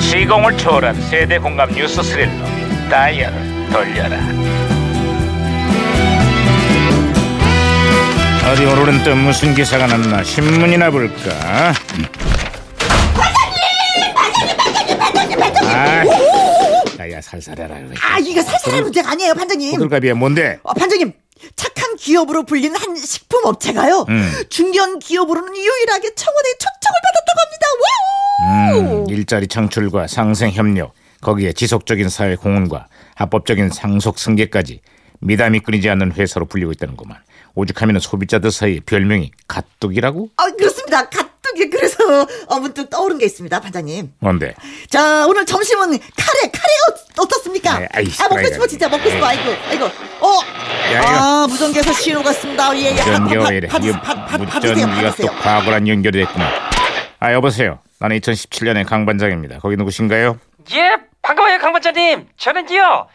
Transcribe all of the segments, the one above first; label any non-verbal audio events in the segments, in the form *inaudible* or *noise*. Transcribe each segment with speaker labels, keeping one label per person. Speaker 1: 시공을 초월한 세대 공감 뉴스 스릴러 다이얼을 돌려라 어디 오늘은 또 무슨 기사가 났나 신문이나 볼까 아, 야야 살살해라 그래.
Speaker 2: 아 이거 살살한 문제가 아니에요 판장님
Speaker 1: 호들갑이야 뭔데
Speaker 2: 어, 판장님 착한 기업으로 불리는 한 식품 업체가요
Speaker 1: 음.
Speaker 2: 중견 기업으로는 유일하게 청원에 초청을 받았다고 합니다 와우
Speaker 1: 음, 일자리 창출과 상생 협력, 거기에 지속적인 사회 공헌과 합법적인 상속 승계까지 미담이 끊이지 않는 회사로 불리고 있다는구만. 오죽하면 소비자들 사이 별명이 가뚝이라고?
Speaker 2: 아 그렇습니다 가뜩이 그래서 어, 문득 떠오른 게 있습니다 판장님
Speaker 1: 뭔데?
Speaker 2: 자 오늘 점심은 카레 카레 어, 어떻습니까
Speaker 1: 네, 아이, 아이씨,
Speaker 2: 아 먹고
Speaker 1: 아이고,
Speaker 2: 싶어 진짜 먹고 싶어 아이고 아이고
Speaker 1: 야, 이거.
Speaker 2: 어아 무전기에서 신호가 있습니다 예예
Speaker 1: 전기가 왜 이래?
Speaker 2: 받으세요
Speaker 1: 이거
Speaker 2: 받- 받- 받으세요
Speaker 1: 무전기가 또
Speaker 2: 받으세요
Speaker 1: 과거란 연결이 됐구나. 아 여보세요. 나는 2017년의 강 반장입니다. 거기 누구신가요?
Speaker 3: 예, 반가워요, 강반장님. 저는요,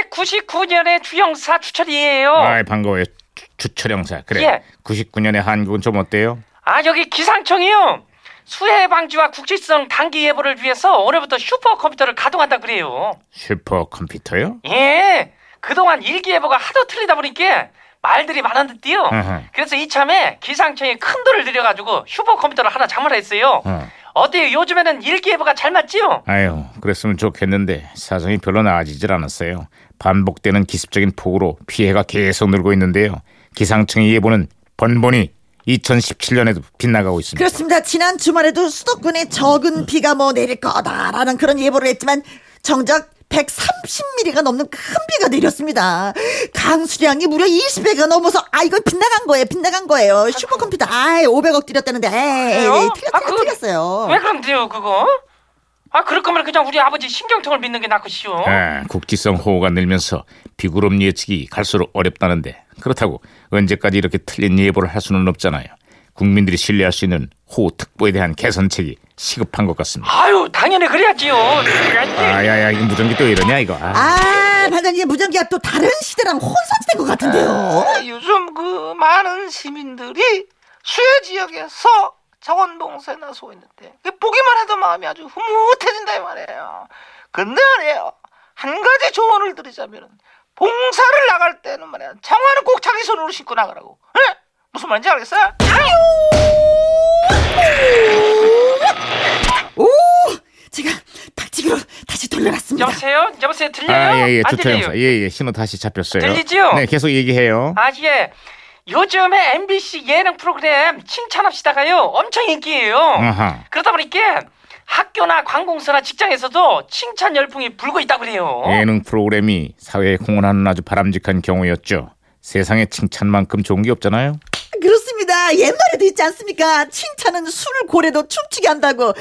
Speaker 3: 1999년에 주영사 추천이에요.
Speaker 1: 아이 반가워요. 주- 주철영사. 그래.
Speaker 3: 어. 예.
Speaker 1: 99년의 한국은 좀 어때요?
Speaker 3: 아, 여기 기상청이요. 수해 방지와 국지성 단기 예보를 위해서 오늘부터 슈퍼컴퓨터를 가동한다 그래요.
Speaker 1: 슈퍼컴퓨터요?
Speaker 3: 예, 그동안 일기예보가 하도 틀리다 보니까 말들이 많았는데요.
Speaker 1: 어허.
Speaker 3: 그래서 이참에 기상청에 큰 돈을 들여가지고 슈퍼컴퓨터를 하나 장만했어요.
Speaker 1: 어.
Speaker 3: 어때요? 요즘에는 일기예보가 잘 맞지요?
Speaker 1: 아유, 그랬으면 좋겠는데 사정이 별로 나아지질 않았어요. 반복되는 기습적인 폭우로 피해가 계속 늘고 있는데요. 기상청의 예보는 번번이 2017년에도 빗나가고 있습니다.
Speaker 2: 그렇습니다. 지난 주말에도 수도권에 적은 비가 뭐 내릴 거다라는 그런 예보를 했지만 정작 130mm가 넘는 큰 비가 내렸습니다. 강수량이 무려 20배가 넘어서 아 이거 빗나간 거예요. 빗나간 거예요. 슈퍼컴퓨터 아 500억 들였다는데 에이, 에이,
Speaker 3: 그래요?
Speaker 2: 틀렸어요.
Speaker 3: 아, 그거
Speaker 2: 틀렸어요.
Speaker 3: 왜 그런데요, 그거? 아, 그럴 거면 그냥 우리 아버지 신경통을 믿는 게 낫겠시오.
Speaker 1: 아, 국지성 호우가 늘면서 비구름 예측이 갈수록 어렵다는데 그렇다고 언제까지 이렇게 틀린 예보를 할 수는 없잖아요. 국민들이 신뢰할 수 있는 호우 특보에 대한 개선책이 시급한 것 같습니다.
Speaker 3: 아유, 당연히 그래야지요. 그래야지.
Speaker 1: 네. 아야야, 이 무전기 또 이러냐 이거. 아,
Speaker 2: 아 반장님 무전기가 또 다른 시대랑 혼선된 것 같은데요.
Speaker 1: 예.
Speaker 4: 요즘 그 많은 시민들이 수해 지역에서 자원봉사나 에 소했는데 보기만 해도 마음이 아주 흐뭇해진다 이 말이에요. 근데 말이에요 한 가지 조언을 드리자면은 봉사를 나갈 때는 말이야 장화는 꼭 자기 손으로 신고 나가라고. 예? 무슨 말인지 알겠어요?
Speaker 1: 아,
Speaker 2: 오 제가 박치기로 다시 돌려놨습니다.
Speaker 3: 여보세요? 여보세요? 들려요?
Speaker 1: 예, 예,
Speaker 3: 아, 안
Speaker 1: 주차
Speaker 3: 들려요?
Speaker 1: 형사, 예, 예, 신호 다시 잡혔어요.
Speaker 3: 들리지요?
Speaker 1: 네, 계속 얘기해요.
Speaker 3: 아, 예. 요즘에 MBC 예능 프로그램 칭찬합시다가요. 엄청 인기예요.
Speaker 1: 아하.
Speaker 3: 그러다 보니까 학교나 관공서나 직장에서도 칭찬 열풍이 불고 있다 그래요.
Speaker 2: 어?
Speaker 1: 예능 프로그램이 사회에 공헌하는 아주 바람직한 경우였죠. 세상에 칭찬만큼 좋은 게 없잖아요.
Speaker 2: 그렇습니다. 옛말에도 있지 않습니까? 칭찬은 술 고래도 춤추게 한다고.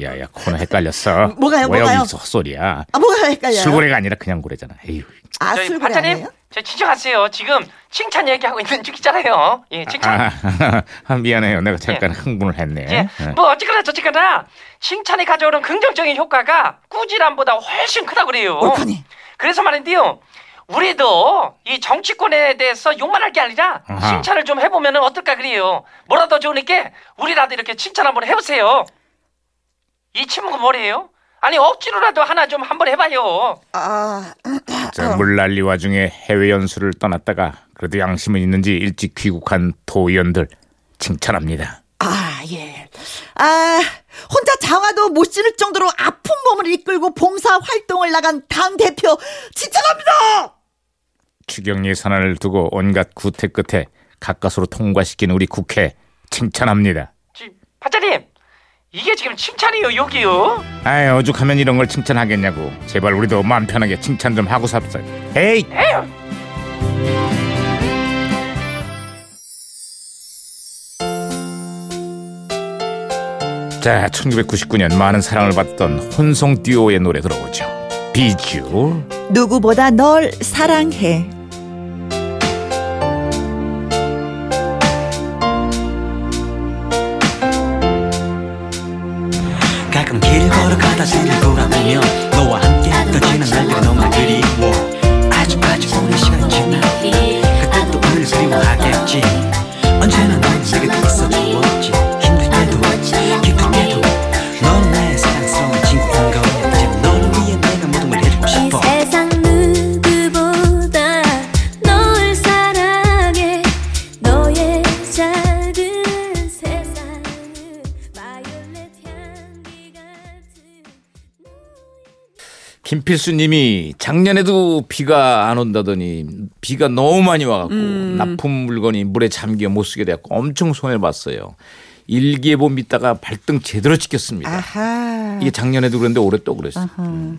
Speaker 1: 야야 코너 헷갈렸어.
Speaker 2: 음, 뭐가요,
Speaker 1: 뭐야,
Speaker 2: 뭐가요?
Speaker 1: 무슨 헛소리야.
Speaker 2: 아 뭐가 헷갈려요?
Speaker 1: 술고래가 아니라 그냥 고래잖아. 에휴.
Speaker 2: 아
Speaker 3: 저희
Speaker 2: 술고래
Speaker 3: 반장님,
Speaker 2: 아니에요?
Speaker 3: 저 진정하세요. 지금 칭찬 얘기하고 있는 중이잖아요. 예, 칭찬.
Speaker 1: 아, *laughs* 아, 미안해요. 내가 잠깐 흥분을 했네.
Speaker 3: 예,
Speaker 1: 어.
Speaker 3: 뭐 어쨌거나 저쨌거나 칭찬이 가져오는 긍정적인 효과가 꾸지람보다 훨씬 크다 그래요.
Speaker 1: 어.
Speaker 2: 옳거니.
Speaker 3: 그래서 말인데요. 우리도 이 정치권에 대해서 욕만 할 게 아니라
Speaker 1: 아하.
Speaker 3: 칭찬을 좀 해보면 어떨까 그래요. 뭐라도 좋으니까 우리라도 이렇게 칭찬 한번 해보세요. 이 친구가 뭐래요? 아니 억지로라도 하나 좀 한번 해봐요.
Speaker 2: 아
Speaker 1: 자, 물난리 와중에 해외 연수를 떠났다가 그래도 양심은 있는지 일찍 귀국한 도의원들 칭찬합니다.
Speaker 2: 아, 예. 아, 혼자 장화도 못 신을 정도로 아픈 몸을 이끌고 봉사 활동을 나간 당 대표 칭찬합니다.
Speaker 1: 추경 예산안을 두고 온갖 구태 끝에 가까스로 통과시킨 우리 국회 칭찬합니다.
Speaker 3: 지- 반장님 이게 지금 칭찬이요 여기요.
Speaker 1: 아이 오죽하면 이런 걸 칭찬하겠냐고 제발 우리도 마음 편하게 칭찬 좀 하고 삽시다 에이 자 1999년 많은 사랑을 받던 혼성 듀오의 노래 들어오죠 비주
Speaker 2: 누구보다 널 사랑해.
Speaker 5: 가끔 길 걸어가다 생각보라면 너와 함께 했던 지난 날들이 너무 그리워 아주 아주 오랜 시간이 지나 그때 또 오늘 그리워하겠지 언제나 넌 내게 있어 주었지 힘들 때도 기쁠 때도 넌 나의 사랑스러운 친구
Speaker 6: 자들은 세상은 바이올렛 향기 같은
Speaker 1: 김필수님이 작년에도 비가 안 온다더니 비가 너무 많이 와갖고
Speaker 2: 음.
Speaker 1: 납품 물건이 물에 잠겨 못 쓰게 되었고 엄청 손해 봤어요. 일기예보 믿다가 발등 제대로 찍혔습니다.
Speaker 2: 아하.
Speaker 1: 이게 작년에도 그랬는데 올해 또 그랬어요.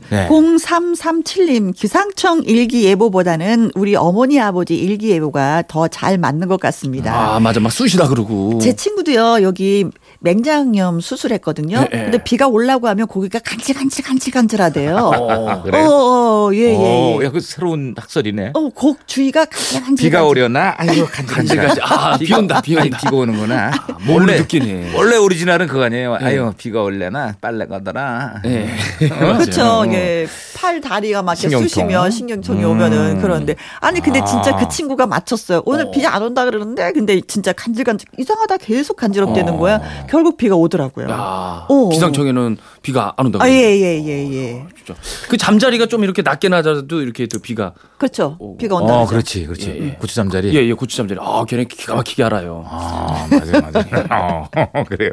Speaker 1: 네.
Speaker 2: 0337님 기상청 일기예보보다는 우리 어머니 아버지 일기예보가 더 잘 맞는 것 같습니다.
Speaker 1: 아 맞아 막 쑤시다 그러고.
Speaker 2: 제 친구도요 여기 맹장염 수술했거든요.
Speaker 1: 예,
Speaker 2: 근데 비가 올라고 하면 고기가 간질간질간질간질하대요.
Speaker 1: 어,
Speaker 7: 그래요?
Speaker 2: 어예예 예.
Speaker 1: 어, 야, 그 새로운 학설이네.
Speaker 2: 어, 곡 주위가 간질간질.
Speaker 1: 비가 오려나? 아이고 간질간질. *laughs* 아, 비 온다, 비 온다. 비가 오는구나.
Speaker 8: 몸을 느끼네.
Speaker 1: 원래 오리지널은 그거 아니에요. 아유, 비가 올려나? 빨래 가더라.
Speaker 8: 네.
Speaker 2: 그렇죠. 예. 팔 다리가 막 이렇게
Speaker 1: 아, 네. 어. 신경통. 음.
Speaker 2: 쑤시면 신경통이 오면은 그런데 아니 근데 진짜 그 친구가 맞췄어요. 오늘 비 안 온다 그러는데 근데 진짜 간질간질 이상하다 계속
Speaker 1: 어.
Speaker 2: 간지럽대는 거야. 결국 비가 오더라고요.
Speaker 8: 아,
Speaker 2: 어.
Speaker 8: 기상청에는 비가 안 온다고.
Speaker 2: 아, 예, 예, 예, 예.
Speaker 8: 진짜. 그 잠자리가 좀 이렇게 낮게 낮아도 이렇게 또 비가 예,
Speaker 2: 그렇죠. 비가 온다.
Speaker 1: 어,
Speaker 2: 그러죠.
Speaker 1: 그렇지, 그렇지.
Speaker 2: 예,
Speaker 1: 고추 잠자리.
Speaker 8: 예예 고추 잠자리. 아 걔네 기가 막히게 알아요.
Speaker 7: 아,
Speaker 1: *laughs*
Speaker 7: 맞아요, 맞아요. 어, 그래요.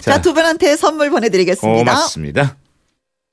Speaker 2: 자, 두 분한테 선물 보내드리겠습니다.
Speaker 1: 어,
Speaker 7: 고맙습니다.